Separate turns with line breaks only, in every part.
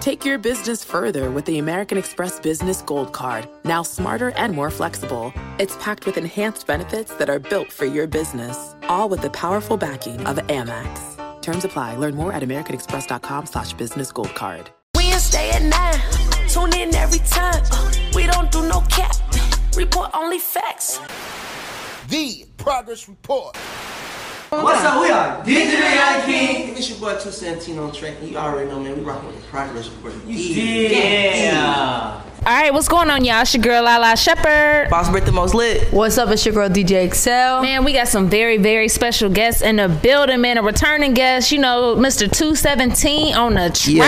Take your business further with the American Express Business Gold Card, now smarter and more flexible. It's packed with enhanced benefits that are built for your business, all with the powerful backing of Amex. Terms apply. Learn more at americanexpress.com slash business gold card.
Wednesday at 9. Tune in every time. Uh, We don't do no cap. Report only facts.
The Progress Report.
What's up? We are Digital Young King.
It's your boy Two Santino on track. You already know, man. We rocking with the progress report.
Yeah.
All right, what's going on, y'all? It's your girl Lala Shepherd.
Boss Brit the most lit.
What's up? It's your girl DJ Excel.
Man, we got some very, very special guests in the building, man. A returning guest, you know, Mr. 217 on the track.
Yeah, yeah,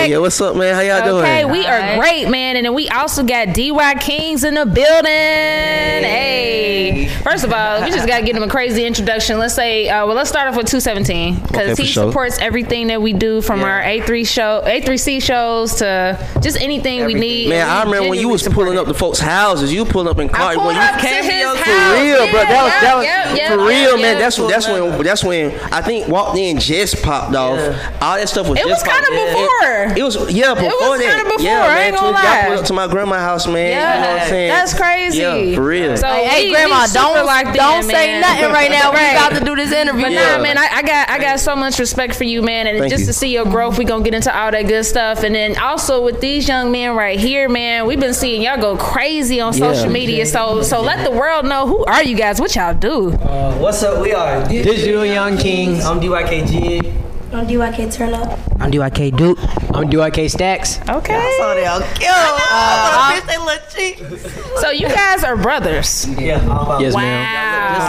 yeah, yeah. What's up, man? How y'all
Okay,
doing?
we are
Alright.
great, man. And then we also got DY Kings in the building. Hey. First of all, we just got to give him a crazy introduction. Let's say, uh, well, let's start off with 217 because
Okay, for
he
sure.
supports everything that we do from
Yeah.
our A3 show, A3C shows to just anything we need.
Man, I
We
remember when you
genuinely
was
support
pulling
it.
up to folks' houses. You pulling up in
I
cars.
pulled
When you
up to
came
his
your- for
house.
real, bro. That was
Yeah,
that was
yep, yep,
for
yep,
real,
yep,
man.
yep.
That's when that's when that's when I think walked in just popped off. All that stuff was.
It
just
was
popped
kinda
in.
before.
It, it was yeah before
was
that.
kinda before,
Yeah,
I
man.
ain't gonna
Twin- y'all
lie.
pulled up to my grandma's house, man. You know what I'm saying?
that's crazy.
Yeah, for real.
So
hey,
we-
grandma,
we super
don't
locked
don't
in,
say
man.
nothing right now. We about to do this interview.
But
Yeah.
nah, man, I, I got I got so much respect for you, man, and
Thank
just
you.
to see your growth, we gonna get into all that good stuff, and then also with these young men right here, man, we've been seeing y'all go crazy on
Yeah.
social media. So so let the world know who are you guys, what y'all do.
Uh, what's up? We are Digital Young Kings. I'm DYKG.
On DYK Turn Up.
I'm DYK Duke. I'm DYK Stacks.
Okay,
Oh, they all cute. I know. I thought they look cheap.
so you guys are brothers.
Yeah. Yes,
Just
Ah.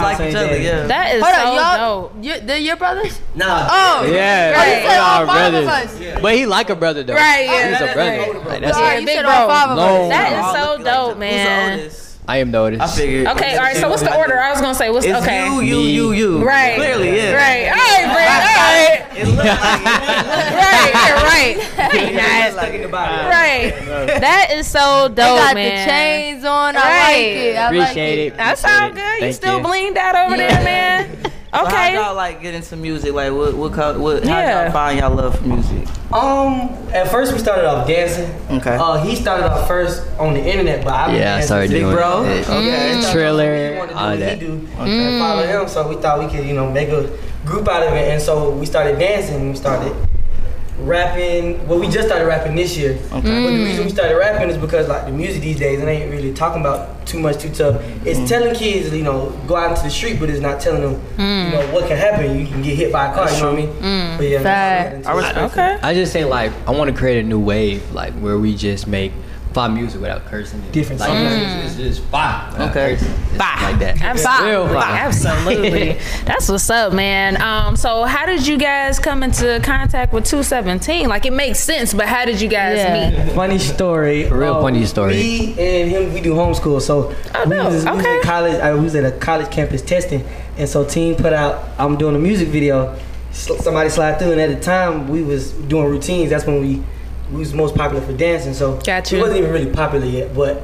Wow,
like each other, yeah.
that is
Hold
so
on, y'all.
dope.
You, they're your brothers?
Nah.
Oh,
Yeah,
Right.
like,
You said all
all
five of
brothers. But he like a brother though.
Right, yeah,
He's a
that's
brother. Like, that's
Sorry,
Yeah,
you
big
said all
bro.
five of
long.
us.
That is
All
so
look
dope,
like the-
man.
Who's the oldest?
I am the oldest.
I figured.
Okay, all right. So what's the order? I was gonna say what's
It's
okay.
you, you, you, you.
Right.
Clearly, yeah.
Right. All right, Brad. All right.
It looked like
Right. You're right.
it. Nice. Like in the bottom.
Right. That is so dope,
I got
man.
the chains on. I
Right.
like it. I like
Appreciate it.
That's
Appreciate
all
it.
good. You
Thank
still
you.
blinged out over there, man.
So How
Okay.
y'all like get into music? Like what? What? Call, what How
Yeah.
y'all find y'all love for music?
Um, at first we started off dancing.
Okay.
Uh, he started off first on the internet, but I've been
Yeah, I
dancing
started
since
doing
Big Bro.
it.
Okay.
Mm.
He
Thriller,
started doing
all
what he
that.
wanted to do, what he do, and follow him. So we thought we could, you know, make a group out of it. And so we started dancing. We started rapping. Well, we just started rapping this year. Okay. But the reason we started rapping is because like the music these days, it ain't really talking about too much too tough. It's
Mm.
telling kids, you know, go out into the street, but it's not telling them, you know, what can happen. You can get hit by a car. you know what I mean? But yeah,
Fact.
I
Okay.
I just think like I want to create a new wave, like where we just make fun music without cursing. It.
Different
Like
songs.
it's, it's just fun. without
Okay.
cursing. It's
Fun.
Like that.
Absolutely.
Real fun.
Absolutely. That's what's up, man. Um, so how did you guys come into contact with 217? Like it makes sense, but how did you guys
Yeah.
meet?
Funny story. Oh,
real funny story.
Me and him, we do homeschool. So
Oh,
we,
no.
was, we was
Okay.
in college. I was at a college campus testing, and so team put out. I'm doing a music video. S- Somebody slide through, and at the time we was doing routines. That's when we we was most popular for dancing. So
Gotcha.
we wasn't even really popular yet, but.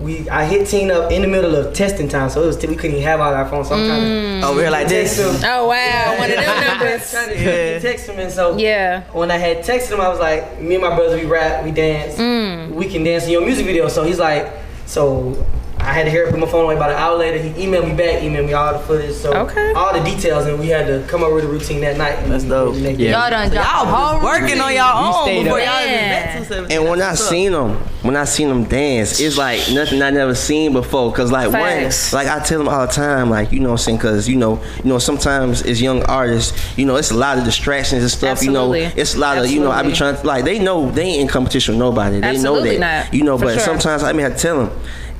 We, I hit teen up in the middle of testing time, so it was we couldn't even have all our phones. So I'm trying to
Oh, we were like this.
Text him.
Oh wow, one of them numbers.
Trying to
Yeah.
text him, and so
Yeah.
when I had texted him, I was like, me and my brother, we rap, we dance,
Mm.
we can dance in your music video. So he's like, so I had to hear it, put my phone away about an hour later. He emailed me back, emailed me all the footage, so
Okay.
all the details, and we had to come up with a routine that night. and
That's dope.
we made it.
Yeah.
Y'all done dropped
Y'all was
whole
working on y'all
stayed
own before
up.
y'all even
Yeah.
met to seven.
And when I seen them, when I seen them dance, it's like nothing I never seen before. Cause like
Facts.
one, like I tell them all the time, like you know, what I'm saying, cause you know, you know, sometimes as young artists, you know, it's a lot of distractions and stuff. You know,
Absolutely.
it's a lot of you know. I be trying to like they know they ain't in competition with nobody. They
Absolutely
know that.
not.
You know,
For
but
sure.
sometimes I may have to tell them.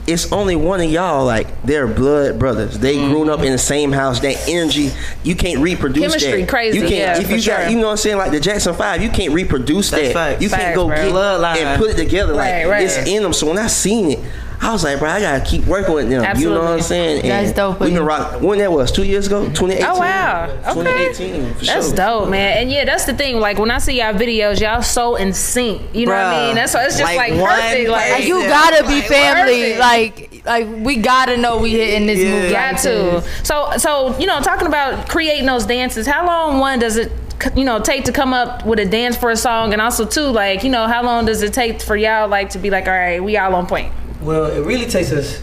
It's only one of y'all, like they're blood brothers. They grown up in the same house. That energy, you can't reproduce
Mm-hmm. Chemistry
that.
crazy,
You can't
yeah,
if
for
you got,
sure.
you know what I'm saying, like the Jackson Five. You can't reproduce
That's
that.
facts.
You
Facts,
can't go
bro.
get
Bloodline.
and put it together. Like
Right, right.
it's in them. So when I seen it, I was like, bro, I gotta keep working with them. You know what I'm
Absolutely.
saying? And
That's dope of
We been
you.
rocking. When that was two years ago, 2018.
Oh wow. Okay.
2018. For
That's
sure.
dope, man. And yeah, that's the thing. Like when I see y'all videos, y'all so in sync. You know what I
Bruh.
mean? That's why it's just like,
Like, one
perfect. Like
person.
You
Yeah.
gotta be family.
perfect.
Like, like we gotta know we hitting this
Yeah.
move.
got
like
to.
this.
So so you know, talking about creating those dances, how long one does it c- you know take to come up with a dance for a song, and also too like you know how long does it take for y'all like to be like all right we all on point?
Well, it really takes us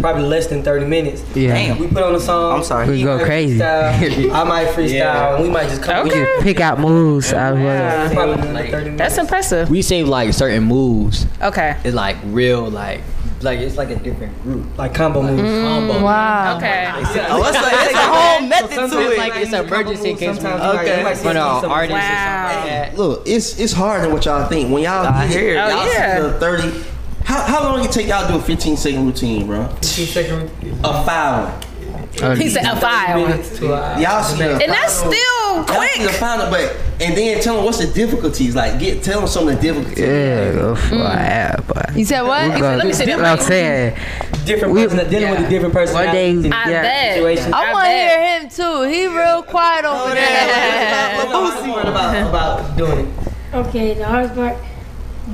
probably less than 30 minutes.
Yeah. Damn.
We put on a song. I'm sorry.
We go crazy.
I might freestyle. And we might just come
Okay.
up
Pick out moves. I
with
was.
probably another 30 minutes.
That's impressive.
We say like certain moves.
Okay.
It's like real like like it's like a different group.
like combo moves.
Mm.
Combo.
Wow.
Okay.
Oh, it's like, it's a
whole method to it.
Like, it's emergency in case we-
Okay.
But uh, artists
Wow.
and
Look, it's it's harder than what y'all think. When y'all
I
get-
hear it.
y'all
Oh, yeah.
see the thirty. How, how long it take y'all to do a fifteen second routine, bro? A foul.
He said a file,
uh,
Y'all see the
and that's still
Y'all see
quick.
the final, but and then tell them what's the difficulties. Like, get tell them some of the difficulties.
Yeah, go for it, boy.
You said what?
We go-
Mm. let me see that
I'm
mic.
saying
Different
We-
person, dealing with a different person.
one day.
I
yeah.
bet.
Situation.
I
I want to
bet.
hear him too. He real quiet over there.
About, about, about doing it.
Okay, the hardest part.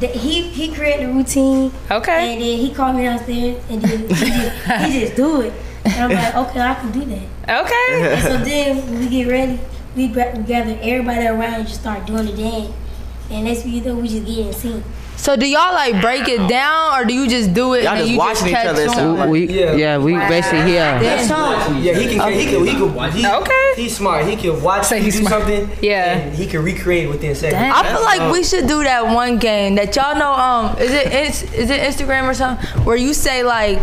That he he created a routine,
Okay.
and then he called me downstairs, and then he just, he just do it. And I'm like, okay, I can do that.
Okay.
And so then when we get ready, we gra- gather everybody around and just start doing the dance. And next thing you know, we just get in sync.
So do y'all like break it down or do you just do it
Y'all
and
just
you
watching each
catch
other and
on?
stuff like-
We,
Yeah.
yeah. we basically here.
Damn.
Oh, Yeah, he can. He can. He can. He,
Okay.
He's smart. He can watch
Say
you
he's
do
smart.
something.
Yeah.
And he can recreate it within seconds.
Dang.
I feel
Oh.
like we should do that one game that y'all know. Um, is it is, is it Instagram or something where you say like,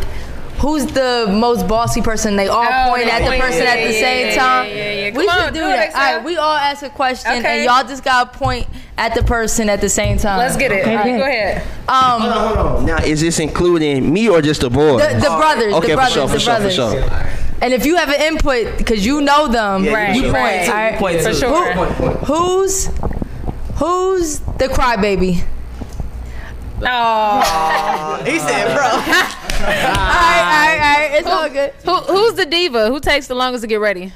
who's the most bossy person? They all
Oh,
point
they
at the
point-
person
yeah,
at the
yeah,
same
yeah,
time.
yeah, yeah, yeah.
We
Come
should
on,
do
do it,
that.
Excel.
All right, we all ask a question
Okay.
and y'all just gotta point at the person at the same time.
Let's get it. All right, go ahead.
Um,
Hold on, hold on. Now, is this including me or just the boys?
the, the brothers,
okay,
the
for
brothers,
sure, for
the
sure, for
brothers.
sure.
And if you have an input because you know them,
Right,
you point.
right.
all right?
Point For too. sure. Point,
Who's who's the crybaby?
Oh.
He said, bro.
all
Ah.
right, all right, all right. It's all good.
Who, who's the diva? Who takes the longest to get ready?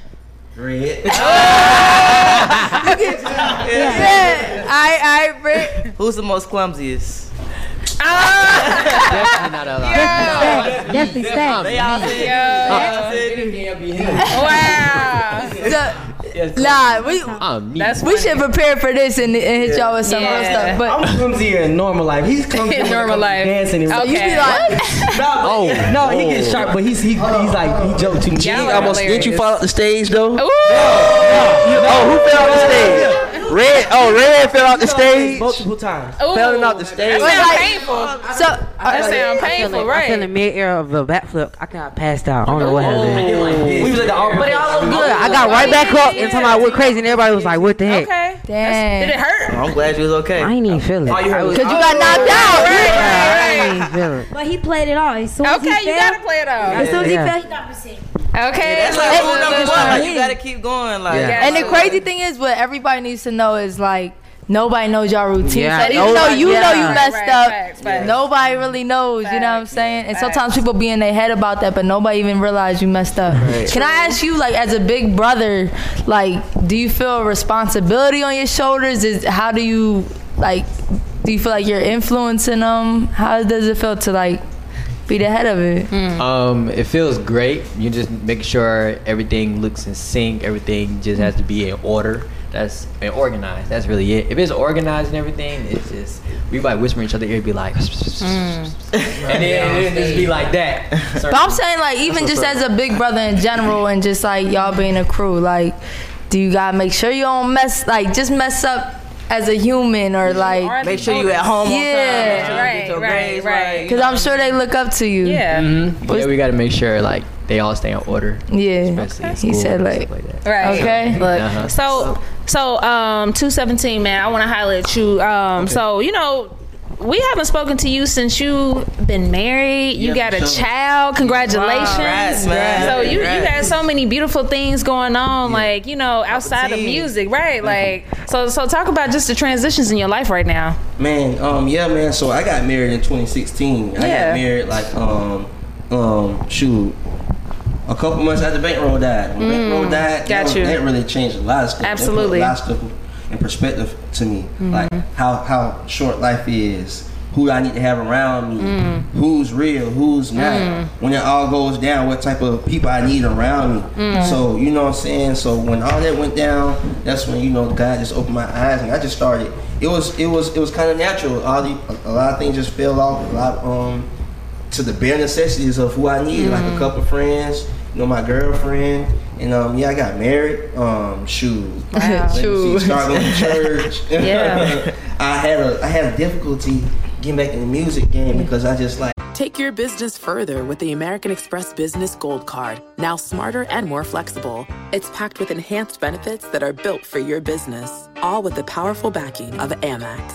Yeah. I, I, Britt.
Who's the most clumsiest?
Ah!
definitely not a lot.
That's the
They all said-
Wow.
The, nah, we
I'm Um, me.
That's
we
funny.
should prepare for this and, and hit y'all with some real
Yeah.
stuff. But
I'm clumsier in normal life. He's clumsier
In normal life.
Dancing and
Okay.
you be like,
No, but- no, he gets sharp, but he's he, he's like he joked too much.
Y'all
He
are
almost did you
hilarious.
fall off the stage though?
Ooh.
Oh, who fell off the stage? Red. Oh, Red fell off the stage.
multiple times.
Ooh.
Falling off the stage.
That
Like-
sound painful.
so uh,
That sound painful,
I feel in the
right?
mid air of a backflip. I got passed out. I don't know what happened.
Oh. We was at the Auburn. But it
Oh,
all looked
Good. I got right back up and talking about what crazy, and everybody was like, "What the heck?"
Okay.
Dang.
Did it hurt?
I'm glad you was okay.
I ain't even feel it.
All "Oh, you
I
heard was
was-
because you got knocked out.
I
Right,
ain't
right.
even feel it.
But he played it all. As soon as he
Okay, you
fell,
gotta play it off.
as soon as he
Yeah.
fell, he got percent.
Okay.
That's like
Hey,
rule number
look,
one. Like,
look.
you gotta keep going. Like
Yeah.
And the crazy thing is, what everybody needs to know is like nobody knows y'all routine.
Yeah,
so even though
nobody-
you know
yeah.
you messed
Right,
up,
facts, facts.
nobody really knows. you know what I'm
Facts,
saying? And
facts.
sometimes people be in their head about that, but nobody even realize you messed up. Can I ask you, like, as a big brother, like, do you feel a responsibility on your shoulders? Is how do you like? Do you feel like you're influencing them? How does it feel to like be the head of it?
Um, it feels great. You just make sure everything looks in sync. Everything just has to be in order. That's and organized. That's really it. If it's organized and everything, it's just we like whisper in each other. It'd be like, and then it'd just be like that.
But I'm saying like even just as a big brother in general and just like y'all being a crew, like do you gotta make sure you don't mess like just mess up as a human or like
Make sure you at home. on time.
Yeah.
Make sure you get your
Right, right,
grades
right.
You
because I'm sure they look up to you.
Yeah.
Mhm. Yeah, we gotta make sure like they all stay in order.
Yeah.
especially in
He
school
said,
and
like-
stuff that.
Right.
Okay.
Look,
Uh-huh.
so so um 217 man, I want to highlight you. Um so you know we haven't spoken to you since you been married. You
Yeah,
got a
for sure.
child. Congratulations.
Congrats, man.
So you you got
Congrats.
so many beautiful things going on like, you know, outside of
team. Mm-hmm.
music, right? Like so so talk about just the transitions in your life right now.
Man, um, yeah, man. So I got married in 2016. I
Yeah.
got married like um, um, shoot, a couple months after Bankroll died. When Bankroll
got
died, that,
you.
that really changed a lot of stuff. That put
Absolutely.
a lot of stuff in perspective to me, like how how short life is. who I need to have around me,
Mm.
who's real, who's not.
Mm.
When it all goes down, what type of people I need around me.
Mm.
So you know what I'm saying. So when all that went down, that's when you know God just opened my eyes and I just started. It was it was it was kind of natural. All the, a lot of things just fell off. A lot um to the bare necessities of who I needed, like a
Mm.
couple friends, you know my girlfriend. And um, yeah, I got married. Um, shoot,
Wow. Shoot.
Started going to church.
Yeah.
I had a I had difficulty getting back in the music game because I just like
Take your business further with the American Express Business Gold Card, now smarter and more flexible. It's packed with enhanced benefits that are built for your business, all with the powerful backing of Amex.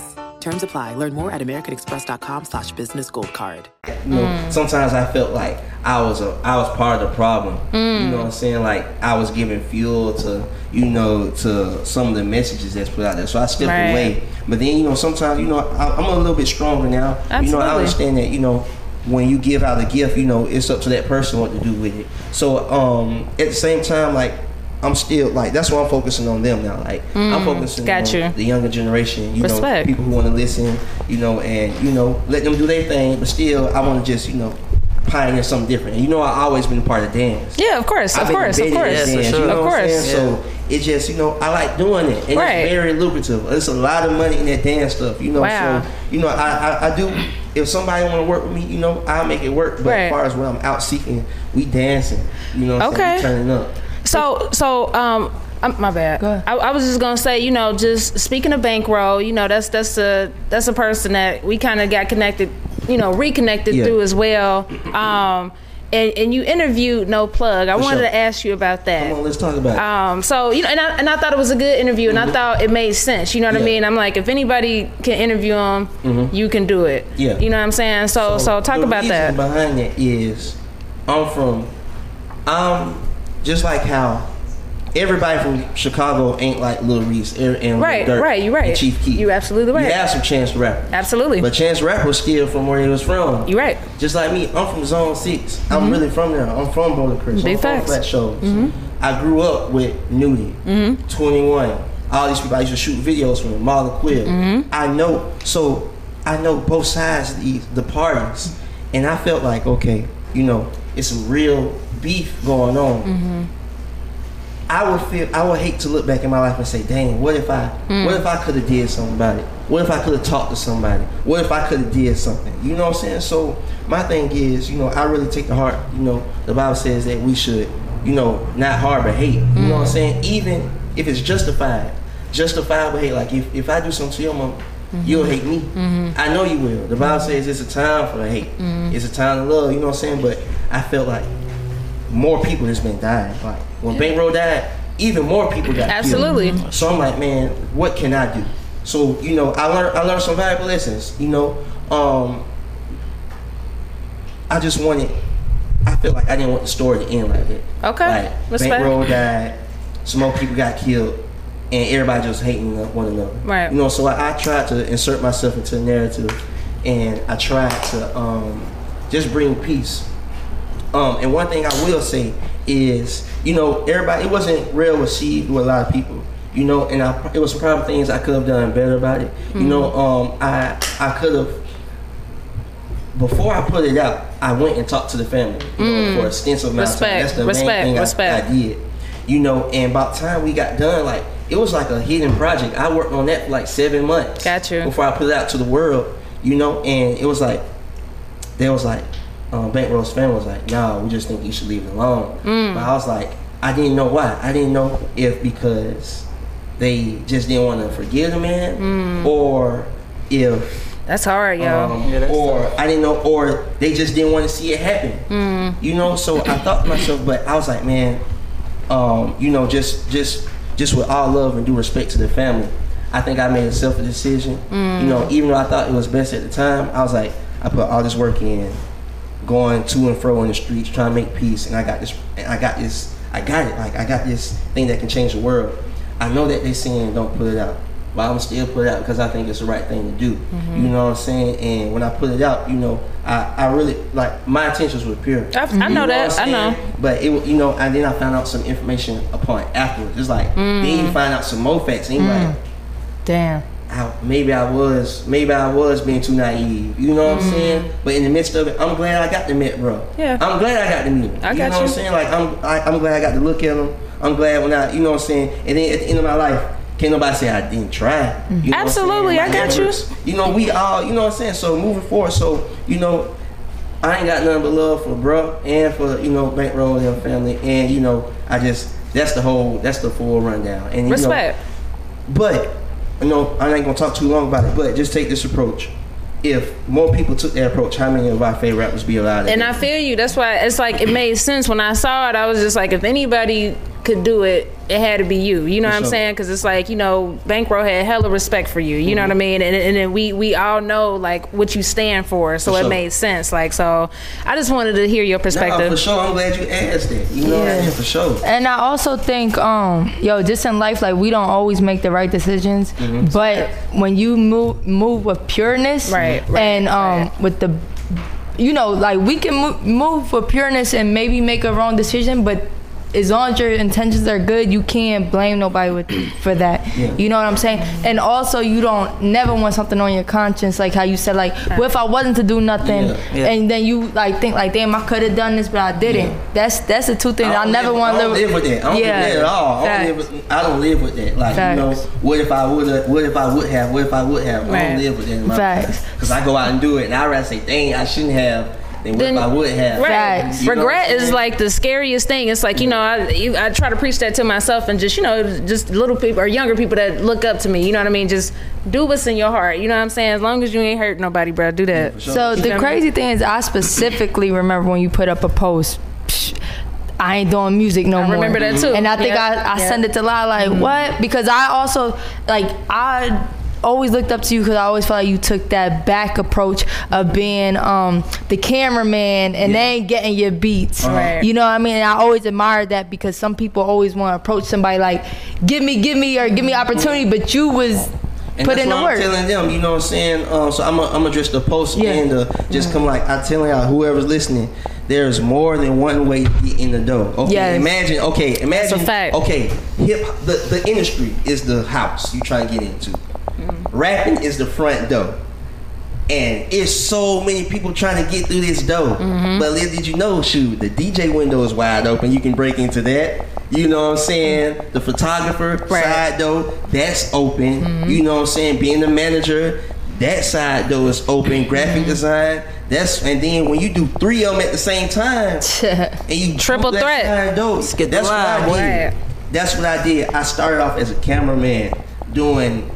Terms apply. Learn more at americanexpress.com slash business gold card.
you know,
Mm.
sometimes I felt like I was a I was part of the problem.
Mm.
You know what I'm saying? Like I was giving fuel to you know to some of the messages that's put out there. So I stepped
Right.
away. But then you know sometimes you know I, I'm a little bit stronger now. You know
Absolutely.
I understand that you know when you give out a gift, you know it's up to that person what to do with it. So um at the same time like. I'm still like that's why I'm focusing on them now. Like I'm
Mm,
focusing
got
on
you.
the younger generation. You know,
Respect.
people who want to listen. You know, and you know, let them do their thing. But still, I want to just you know pioneer something different. And you know, I always been a part of dance.
Yeah, of course,
I've
of
been
course, of
embedded in
course,
dance, you know
of
what I'm
course.
saying? So it just you know I like doing it, and
Right.
it's very lucrative. It's a lot of money in that dance stuff. You know,
Wow.
so you know I, I I do. If somebody want to work with me, you know I make it work. But
Right.
as far as when I'm out seeking, we dancing. You know, what I'm saying?
Okay.
We turning up.
So, so, um, I'm, my bad. I, I was just gonna say, you know, just speaking of bankroll, you know, that's that's a that's a person that we kind of got connected, you know, reconnected
Yeah.
through as well. Um, and, and you interviewed No Plug. I
For
wanted
sure.
to ask you about that.
Come on, let's talk about it.
Um, so you know, and I, and I thought it was a good interview, and I thought it made sense. You know what I
Mm-hmm. Yeah.
mean? I'm like, if anybody can interview him,
Mhm.
you can do it.
Yeah.
You know what I'm saying? So, so, talk
the
about
reason
that.
Behind that is, I'm from, I'm just like how everybody from Chicago ain't like Lil Reese and and Lil
Right,
Durk
right. You're
and
right.
Chief Keef.
You're absolutely right.
You have some Chance rappers,
absolutely.
but Chance Rapper was still from where he was from.
You right.
Just like me, I'm from Zone 6 i I'm really from there. I'm from Bowling Crest.
Mm-hmm. Big
I'm from
facts. Mm-hmm.
Flat Shows. I grew up with Nudie, 21. All these people I used to shoot videos from, Marlon Quill.
Mm-hmm.
I know, so I know both sides of the, the parties. And I felt like, okay, you know, it's some real beef going on. I would feel, I would hate to look back in my life and say, dang, what if I,
Mm.
what if I could have did something about it? What if I could have talked to somebody? What if I could have did something? You know what I'm saying? So my thing is, you know, I really take to heart, you know, the Bible says that we should, you know, not harbor hate. You know what I'm saying? Even if it's justified, justifiable hate. Like if, if I do something to your mom, you'll hate me. I know you will. The Bible says it's a time for the hate.
Mhm.
It's a time to love. You know what I'm saying? But I felt like more people has been dying. Like when Bankroll died, even more people got killed.
Absolutely.
So I'm like, man, what can I do? So you know, I learned I learned some valuable lessons. You know, um, I just wanted. I feel like I didn't want the story to end like that.
Okay.
Like
Respect.
Bankroll died, some more people got killed, and everybody just hating one another.
Right.
You know, so I, I tried to insert myself into the narrative, and I tried to um, just bring peace. Um, and one thing I will say is, you know, everybody, it wasn't well received with a lot of people. You know, and I, it was probably things I could have done better about it. You know,
Mm-hmm.
um, I I could have before I put it out, I went and talked to the family you know,
Mm.
for extensive amount of
Respect,
time. That's the
respect,
main thing I-
respect.
I, did. You know, and by the time we got done, like it was like a hidden project. I worked on that for like seven months. Got you. Before I put it out to the world, you know, and it was like they was like, um, Bankroll's family was like, "No, we just think you should leave it alone."
Mm.
But I was like, I didn't know why. I didn't know if because they just didn't want to forgive the man,
Mm.
or if
That's hard, yo.
um, or I didn't know, or they just didn't want to see it happen.
Mm.
You know, so I thought to myself, but I was like, man, um, you know, just just just with all love and due respect to the family, I think I made a selfish decision.
Mm.
You know, even though I thought it was best at the time, I was like, I put all this work in, going to and fro in the streets, trying to make peace, and I got this, and I got this, I got it, like I got this thing that can change the world. I know that they saying don't put it out, but I'm still put it out because I think it's the right thing to do.
Mm-hmm.
Mhm.
You know what I'm saying? And when I put it out, you know, I, I really like my intentions were pure.
I- I know
You
that.
what I'm
I know.
saying? But it, wa- you know, and then I found out some information upon afterwards. It's like
Mm.
then you find out some more facts, and you're like,
Damn.
I, maybe I was, maybe I was being too naive. You know what
Mm.
I'm saying? But in the midst of it, I'm glad I got to meet, bro.
Yeah.
I'm glad I got to meet him.
I
you
got
know what
you.
I'm saying? Like I'm, I, I'm glad I got to look at him. I'm glad when I, you know what I'm saying. And then at the end of my life, can't nobody say I didn't try. You know what I'm saying?
Absolutely, I
My
got you.
efforts. You know, we all, you know what I'm saying. So moving forward, so you know, I ain't got nothing but love for bro and for you know bankroll and family, and you know, I just that's the whole that's the full rundown. And you know,
Respect.
but you know, I ain't gonna talk too long about it. But just take this approach. If more people took that approach, how many of our favorite rappers be allowed?
And I feel you. That's why it's like it made sense when I saw it. I was just like, if anybody could do it, it had to be you. You know
For
what I'm
sure.
saying? Because it's like you know, Bankroll had hella respect for you. You
Mm-hmm.
know what I mean? And and then we we all know like what you stand for, so
For
it
sure.
made sense. Like so, I just wanted to hear your perspective.
for sure. I'm glad you asked that. You know what I mean? For sure.
And I also think, um, yo, just in life, like we don't always make the right decisions,
Mm-hmm.
Mhm.
but when you move move with pureness, right, and um, with the, you know, like we can move, move with pureness and maybe make a wrong decision, but as long as your intentions are good, you can't blame nobody with, for that.
Yeah.
You know what I'm saying? And also, you don't never want something on your conscience, like how you said, like, what if I wasn't to do nothing,
Yeah. Yeah.
and then you like think like, damn, I could have done this, but I didn't. That's that's the two things. I,
don't
never want
I
to
don't live with that. I don't live with that at all. I don't live with, I don't live with that. Like you know,
Facts.
what if I would have? What if I would have? What if I would have? I
Right.
don't live with that. In my
Facts.
Because I go out and do it, and I rather say, "Dang, I shouldn't have." Than what
Then-
if I would have?
Right.
You know what
Regret
I'm
is
saying?
like the scariest thing. It's like, you know, I, you- I try to preach that to myself and just, you know, just little people or younger people that look up to me. You know what I mean? Just do what's in your heart. You know what I'm saying? As long as you ain't hurt nobody, bro, do that.
So
You know
the
what I mean?
crazy thing is, I specifically remember when you put up a post. Psh, I ain't doing music no more.
remember that too.
And I think
Yeah.
I, I
Yeah.
send it to La like
Mm-hmm.
what? Because I also like I always looked up to you because I always felt like you took that back approach of being um, the cameraman and they ain't getting your beats.
Uh-huh. Right.
You know what I mean? And I always admired that because some people always want to approach somebody like, give me, give me, or give me opportunity, but you was
And
put
that's
in the
what
work.
I'm telling them, you know what I'm saying? Um, so I'm going to just the post
Yeah.
and the, just come like, I'm telling y'all, whoever's listening, there's more than one way to get in the door. Okay,
Yes.
imagine, okay, imagine,
That's a fact.
okay, hip, the, the industry is the house you try to get into.
Mm.
Rapping is the front door. And it's so many people trying to get through this door. But little did you know, shoot, the DJ window is wide open. You can break into that. You know what I'm saying? The photographer side door, that's open. You know what I'm saying? Being the manager, that side door is open. Graphic design, that's and then when you do three of them at the same time, and you triple threat. Side door, that's what I did. That's what I did. I started off as a cameraman doing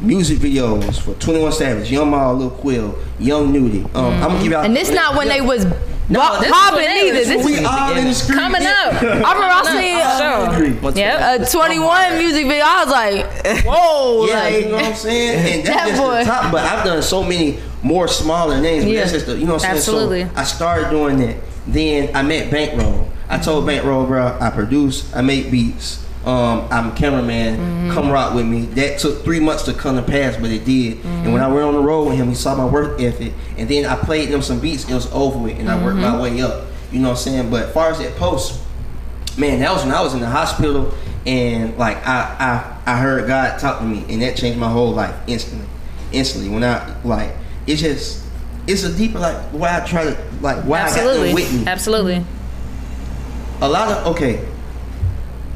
music videos for 21 Savage, Young Ma, Lil Quill, Young Nudie. Um, I'm gonna give y'all.
Mm. And this not when they was
No,
wa-
this is
popping
when they
either.
was-
This
we all in the street.
coming up. I remember
Coming up.
I
Sure.
seen
What's
yep. a 21 music video. I was like, whoa.
yeah,
like,
you know what I'm saying? And that's
that
just
boy.
the top, but I've done so many more smaller names. But
Yeah.
that's just the, you know what I'm
Absolutely.
saying? So I started doing that. Then I met Bankroll. I told
Mm-hmm.
Bankroll, bro, I produce, I make beats. Um, I'm a cameraman.
Mm-hmm.
Come rock with me. That took three months to come to pass, but it did. And when I
Mm-hmm.
went on the road with him, he saw my work ethic. And then I played them some beats. It was over with, and I worked my
Mm-hmm.
Mhm.
way up. You know what I'm saying? But as far as that post, man, that was when I was in the hospital and like I I I heard God talk to me and that changed my whole life instantly. Instantly. When I like it's just it's a deeper like why I try to like why I got
Absolutely.
them with me.
Absolutely.
A lot of okay.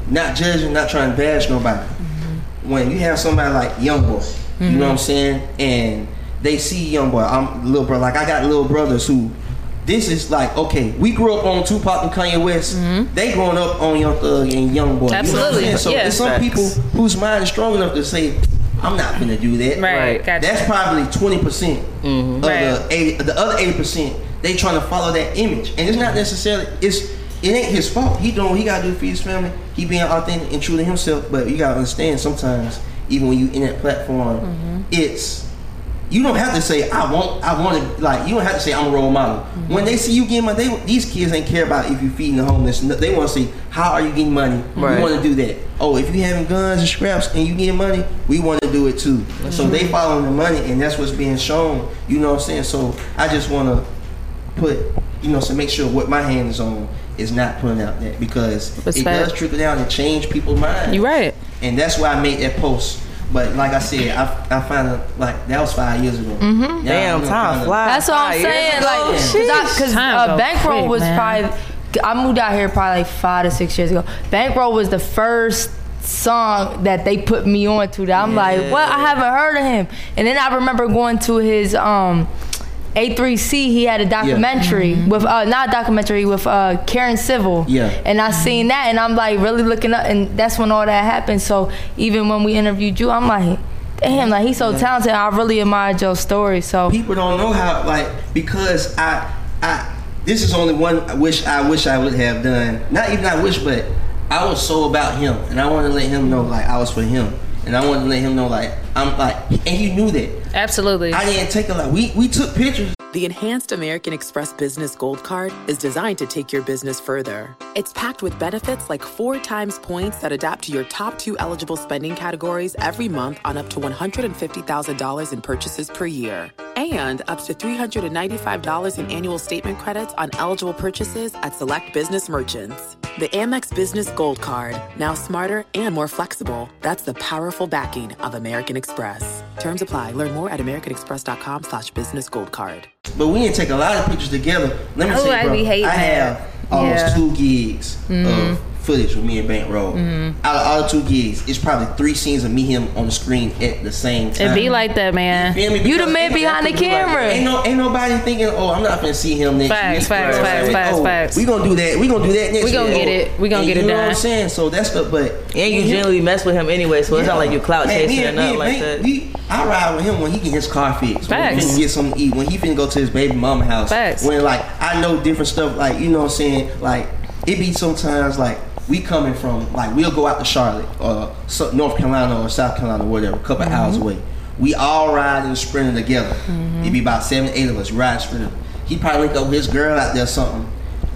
Not judging, not trying to bash nobody.
Mm-hmm.
When you have somebody like Young Boy, you know what I'm saying, and they see Young Boy, I'm little brother. Like I got little brothers who, this is like okay, we grew up on Tupac and Kanye West. They growing up on Young Thug and Young Boy. you know what I'm
Mm-hmm. Absolutely,
saying? so
yeah.
there's some
Facts.
people whose mind is strong enough to say, I'm not gonna do that.
Right, gotcha. Mm-hmm.
That's probably 20 percent of
Right.
the 80, the other 80 percent. They trying to follow that image, and it's not necessarily it's it ain't his fault. He doing what he gotta do for his family. He being authentic and true to himself. But you gotta understand sometimes, even when you in that platform,
Mm-hmm.
it's you don't have to say I want I want to like you don't have to say I'm a role model.
Mm-hmm.
When they see you getting money, they, these kids ain't care about if you feeding the homeless. No, They want to see how are you getting money.
Right.
We want to do that. Oh, if you having guns and scraps and you getting money, we want to do it too. So
Mhm.
they following the money, and that's what's being shown. You know what I'm saying? So I just want to put you know to make sure what my hand is on is not putting out that because it
Respect.
does trickle down and change people's minds.
You
right. And that's why I made that post But like I said, I, I found out like that was five years ago.
Mhm.
Y'all
Mm-hmm. Damn,
know,
time
kinda-
That's
flies.
what I'm saying. Like, because
Time
uh,
go
bankroll
quick,
was
man.
probably I moved out here probably like five to six years ago. Bankroll was the first song that they put me on to. That I'm like, well, I haven't heard of him. And then I remember going to his um. A3C, he had a documentary
Mm-hmm.
with uh, not a documentary with uh, Karen Civil.
Yeah.
and I seen that, and I'm like really looking up, and that's when all that happened. So even when we interviewed you, I'm like, damn, like he's so talented. I really admired your story. So
people don't know how like because I I this is only one I wish I wish I would have done. Not even I wish, but I was so about him, and I wanted to let him know like I was for him, and I wanted to let him know like I'm like, and he knew that.
Absolutely.
I didn't take a lot. We we took pictures.
The enhanced American Express Business Gold Card is designed to take your business further. It's packed with benefits like four times points that adapt to your top two eligible spending categories every month on up to $150,000 in purchases per year, and up to $395 in annual statement credits on eligible purchases at select business merchants. The Amex Business Gold Card, now smarter and more flexible. That's the powerful backing of American Express. Terms apply. Learn more at americanexpress.com slash business gold card.
But we didn't take a lot of pictures together. Let me
Oh,
say,
I
bro,
be hating
I
that.
have almost
Yeah.
two gigs
Mhm.
of footage with me and Bankroll.
Mhm.
Mm-hmm.
Out of all the two gigs, it's probably three scenes of me him on the screen at the same time.
It be like that, man.
feel me?
You the
Because
man
ain't-
behind the
ain't nobody-
camera.
Ain't no, ain't nobody thinking, oh, I'm not gonna see him next
Facts,
week.
facts,
Right.
facts,
Like,
facts,
oh,
facts.
We gonna do that. We gonna do that next.
We gonna
week.
get
Oh,
it. We gonna
and
get
you
it
know What
done.
I'm saying so. That's the but.
And you generally mess with him anyway, so it's not like you clout
Man,
chasing
me
or
and- me
nothing
and
like
Bank-
that.
we- I ride with him when he get his car fixed. When he
Facts.
finna get something to eat. When he finna go to his baby mama house.
Facts.
When like I know different stuff. Like you know what I'm saying. Like it be sometimes like we coming from like we'll go out to Charlotte or so- North Carolina or South Carolina or whatever, a couple hours
Mm-hmm.
away. We all ride in the sprinter together. It'd be about seven, eight of us ride sprinter. He probably link up with his girl out there or something.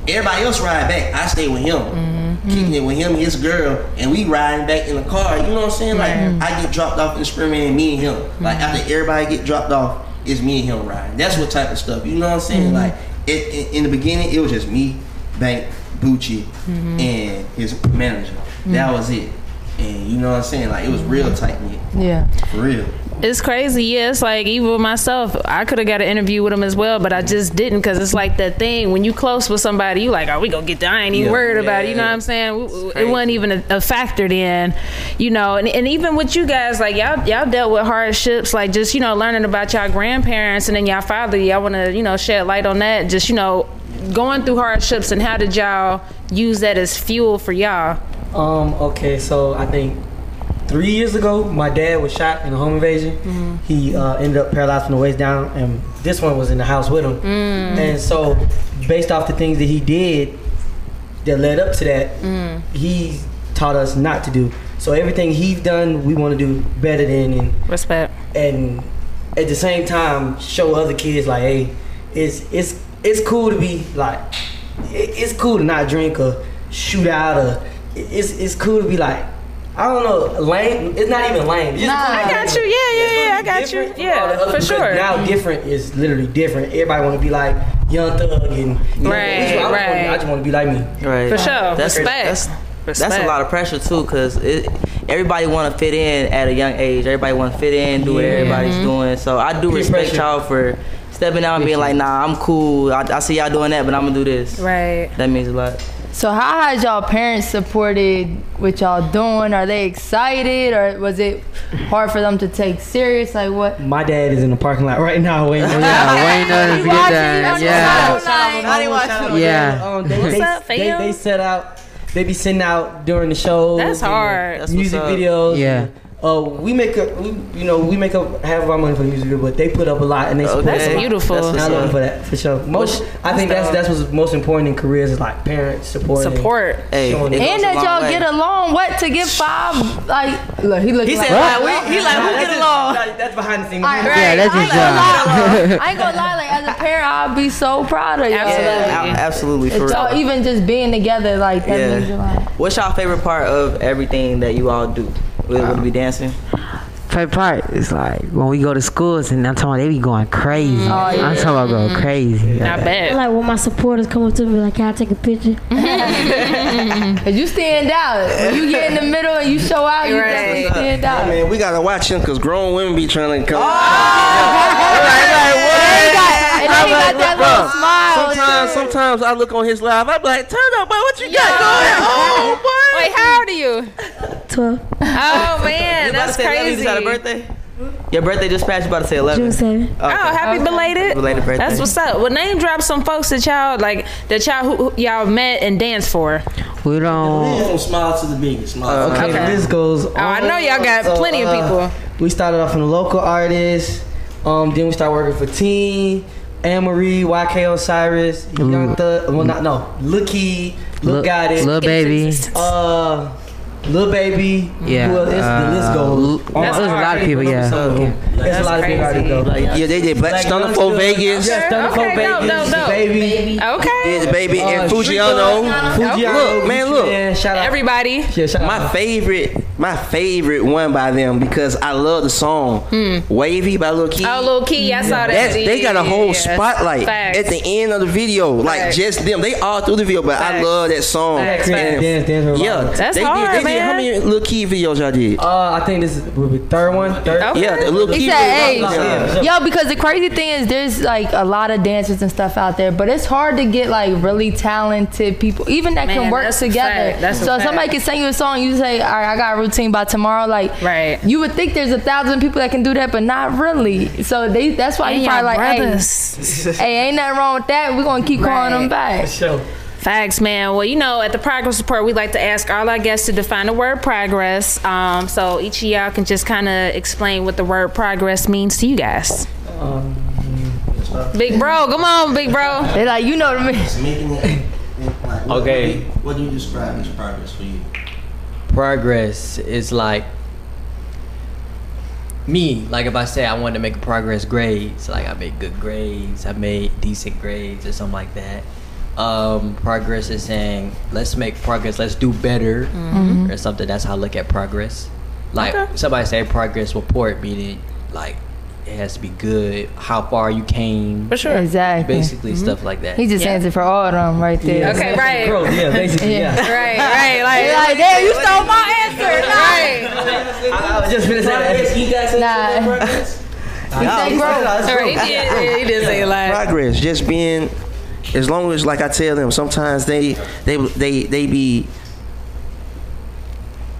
Everybody else ride back. I stay with him.
Mm-hmm.
Keeping it with him, his girl, and we riding back in the car. You know what I'm saying? Like I get dropped off in the sprinter and me and him. Like
Mm-hmm.
after everybody get dropped off, it's me and him riding. That's what type of stuff. You know what I'm saying?
Mm-hmm.
Mhm.
Like it, in, in the beginning, it was just me, Bank, Bucci,
Mm-hmm.
Mhm.
and his manager. That
Mhm.
was it. And you know what I'm saying? Like it was real tight knit.
Yeah.
For real.
It's crazy. Yeah, it's like even with myself, I could have got an interview with him as well, but I just didn't because it's like that thing when you close with somebody, you like, oh, we gonna get there. I ain't even
Yeah.
worried about it. You know
Yeah.
what I'm saying? W- w- It wasn't even a, a factor then, you know. And, and even with you guys, like y'all, y'all dealt with hardships, like just you know learning about y'all grandparents and then y'all father. Y'all want to you know shed light on that. Just you know going through hardships and how did y'all use that as fuel for y'all?
Um. Okay. So I think three years ago, my dad was shot in a home invasion. He uh, ended up paralyzed from the waist down, and this one was in the house with him.
Mm.
And so, based off the things that he did that led up to that, he taught us not to do. So everything he's done, we want to do better than and
respect.
And at the same time, show other kids like, hey, it's it's it's cool to be like, it, it's cool to not drink or shoot out or it- it's it's cool to be like. I don't know, lame. It's not even lame. It's just cool to
I
be
got you.
different.
Yeah, yeah, yeah. I got you.
All the
Yeah,
other-
for
because
sure.
Now different is literally different. Everybody want to be like Young Thug and you know,
Right,
I just wanna-
right.
I just want to be like me.
Right.
For sure.
That's
Respect.
That's, that's a
Respect.
lot of pressure too, cause it, everybody want to fit in at a young age. Everybody want to fit in, do what
Yeah.
everybody's
Mm-hmm.
Mhm.
doing. So I do
Peer
respect
pressure.
y'all for stepping out and being like, nah, I'm cool. I, I see y'all doing that, but I'm gonna do this.
Right.
That means a lot.
So how has y'all parents supported what y'all doing? Are they excited or was it hard for them to take serious? Like what?
My dad is in the parking lot right now waiting for me.
Yeah,
waiting on us to get done. Yeah. Yeah.
Um, they,
What's
they,
up,
they-
fam?
they set out. They be sending out during the shows.
That's
and the
hard. That's what's
music
up.
videos.
Yeah.
Uh, we make up. We, you know, we make up half of our money for the music video, but they put up a lot and they. support
That's
us a lot.
beautiful. That's
And I
what's
love them
up.
for that for sure. Most, I think that's that's what's most important in careers is like parents support.
Support.
Hey,
And that y'all get along. What to get five? Like look, he looking.
He
like,
said, "Oh." like, we- he like, who get along? That's behind the scenes.
All right,
Yeah,
right.
that's
I
his
ain't gonna
job.
lie. I ain't gonna lie. Like as a parent, I'd be so proud of y'all.
Yeah, a- absolutely.
Like,
For real.
y'all even just being together, like that means a lot.
What's y'all favorite part of everything that you all do? Would, would it be dancing?
funny part is like when we go to schools and I'm talking about they be going crazy.
Oh, yeah.
I'm talking about going crazy. Like,
Like when my supporters come up to me, like, can I take a picture?
Cause you stand out. When you get in the middle and you show out, you definitely stand out.
Nah, man, we gotta watch him because grown women be trying to come.
And then he got that little smile.
Sometimes, sometimes I look on his live. I'm like, turn up, boy. What you got going on, boy?
Wait, how old are you?
12.
Oh man,
about
that's
to say 11, you
crazy.
just had a birthday? Your birthday just passed. You about to say 11?
June 7th.
Oh,
Oh, happy belated!
Belated birthday.
That's what's up. Well, name drop some folks that y'all like that y'all who, who y'all met and danced for.
We don't.
Please don't smile to the biggest. Smile.
Oh. Okay, this goes. On.
Oh, I know y'all got plenty of
uh, We started off from the local artists. Um, then we started working for Teen, Anne Marie, YK Osiris, Young Thug. Well, not no, Lookie,
Mm. Lil-
Look Got It,
Lil Baby.
uh, Lil Baby.
Yeah,
Well, it's,
uh,
the list
Lu-
goes. on.
That's
I
a lot of
already
people,
remember
yeah.
some of them. It's a lot of people already go.
Yeah, they did Black Stunner for Vegas.
Yeah, Stunner for
Okay,
Vegas.
dope, dope, dope.
Baby.
Okay.
Did the baby
Uh,
and
Street
Fujiano.
Thug. Fujiano,
Look, man,
Gucci
look.
Man, shout out.
Everybody.
Yeah, shout
My favorite, my favorite one by them because I love the song "Wavy" by Lil Key.
Oh, Lil Key, I saw that
That's- They got a whole
video.
spotlight
Facts.
at the end of the video, like
Facts.
just them. They all through the video, but I
Facts.
love that song.
Facts, facts. Dance, dance, revolve.
yeah,
That's
they did-
hard,
they did- How
man.
many Lil Key videos y'all did?
Oh,
Uh, I think this is will be third one. Third.
Okay. Yeah, the Lil
He
Key
said,
videos.
"Hey, yo!" Because the crazy thing is, there's like a lot of dancers and stuff out there, but it's hard to get like really talented people, even that
Man,
can work
that's a
together.
fact. That's a
so if
fact.
somebody can sing you a song, you say, "All right, I got a routine by tomorrow." Like,
right?
You would think there's a thousand people that can do that, but not really. So they that's why
And
you
y'all
probably like,
brothers.
hey, hey, ain't nothing wrong with that. We're gonna keep calling them back."
Facts, man. Well, you know, at the progress report, we like to ask all our guests to define the word progress. Um, so each of y'all can just kind of explain what the word progress means to you guys. Big bro, come on, big bro.
They like you know what
It's making it. like, what-
Okay.
What do you describe as progress for you?
progress is like me like if i say i wanted to make a progress grades like i made good grades i made decent grades or something like that um progress is saying let's make progress let's do better
Mhm.
or something that's how i look at progress like somebody say progress report meaning like it has to be good how far you came
for sure
Exactly.
basically stuff like that
He just answered for all of them right there.
Okay, right. Growth,
yeah, basically,
yeah. Right, right, like-
They like, damn, you stole my answer. Right.
I was just gonna say that. You guys
Nah. He said growth.
Progress, just being. As long as, like I tell them, sometimes they they they they be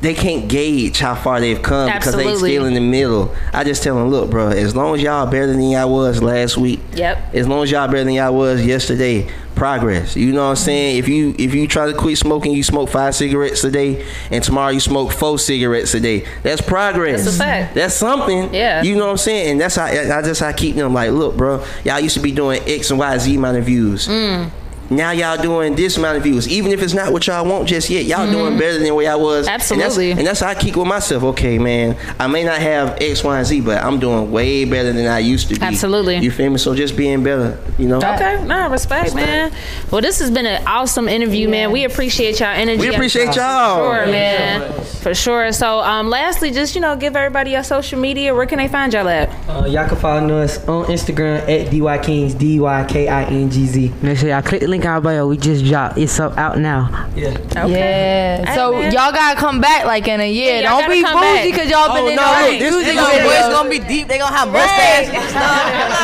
they can't gauge how far they've come because they
Absolutely.
still in the middle. I just tell them, look, bro, as long as y'all better than y'all was last week,
Yep.
as long as y'all better than y'all was yesterday, progress. You know what I'm saying? If you if you try to quit smoking, you smoke five cigarettes a day, and tomorrow you smoke four cigarettes a day. That's progress.
That's a fact.
That's something.
Yeah.
You know what I'm saying? And that's how I I just I keep them like, look, bro, y'all used to be doing X and Y Z amount of views.
Mm.
Now y'all doing this amount of views, even if it's not what y'all want just yet. Y'all
Mm-hmm.
doing better than where y'all was.
Absolutely.
And that's, and that's how I keep with myself. Okay, man, I may not have X, Y, and Z, but I'm doing way better than I used to be.
Absolutely.
You feel me? So just being better, you know.
Okay, no respect, man. Well, this has been an awesome interview, man. We appreciate y'all energy.
We appreciate
For
y'all.
sure,
Thank you
man, for sure. So, um, lastly, just you know, give everybody your social media. Where can they find y'all at?
Uh, y'all can follow us on Instagram at dykings d y k i n g z.
Make sure y'all click the link in our bio. We just dropped. It's up out now.
Yeah.
Yeah.
Hey,
so
man.
y'all gotta come back like in a year.
Yeah, y'all
Don't be
gotta come
bougie
back.
because y'all been
Oh,
in
no,
all
look,
these
this-
music
this
videos.
voice gonna
be deep. They gonna have
Right.
mustaches and stuff.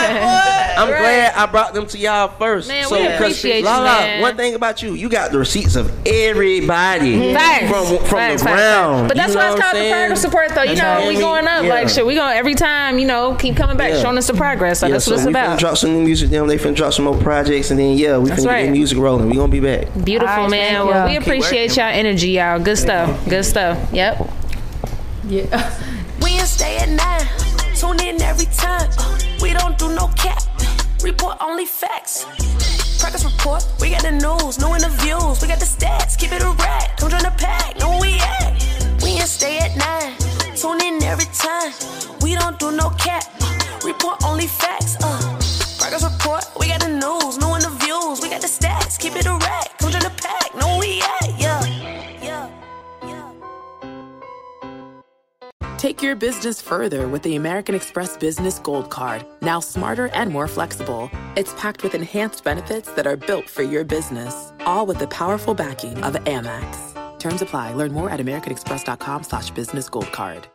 I'm glad I brought them to y'all first.
Man,
so,
we
'cause
appreciate you,
Lala,
man.
one thing about you, you got the receipts of everybody
Facts.
from from
Facts,
the
facts,
ground.
facts. But
You
that's
know
why it's
what I'm
called the
saying?
progress support, though. You
That's
know,
what I
we
mean.
going up
Yeah.
like shit. We going every time. You know, keep coming back,
Yeah.
showing us the progress. So
yeah,
that's
so
what it's
we
about.
finna drop some new music down. They finna drop some more projects, and then yeah, we finna
That's
get
right.
the music rolling. We gonna be back.
Beautiful,
All right,
man.
thank
Well,
y'all.
we
Keep
appreciate y'all energy, y'all. Good stuff. Good stuff. Yep.
Yeah.
Wednesday at 9. Tune in every time. Uh, We don't do no cap. Report only facts. Practice report. We got the news, new interviews. We got the stats. Keep it a rack. Don't join the pack. Know where we at. Wednesday at 9. Tune in every time. We don't do no cap. Uh, Report only facts. Uh. Progress report. We got the news, new interviews. We got the stats. Keep it a rack. Don't join the pack. Know where we at. Yeah. Yeah.
Take your business further with the American Express Business Gold Card, now smarter and more flexible. It's packed with enhanced benefits that are built for your business, all with the powerful backing of Amex. Terms apply. Learn more at americanexpress.com slash business gold card.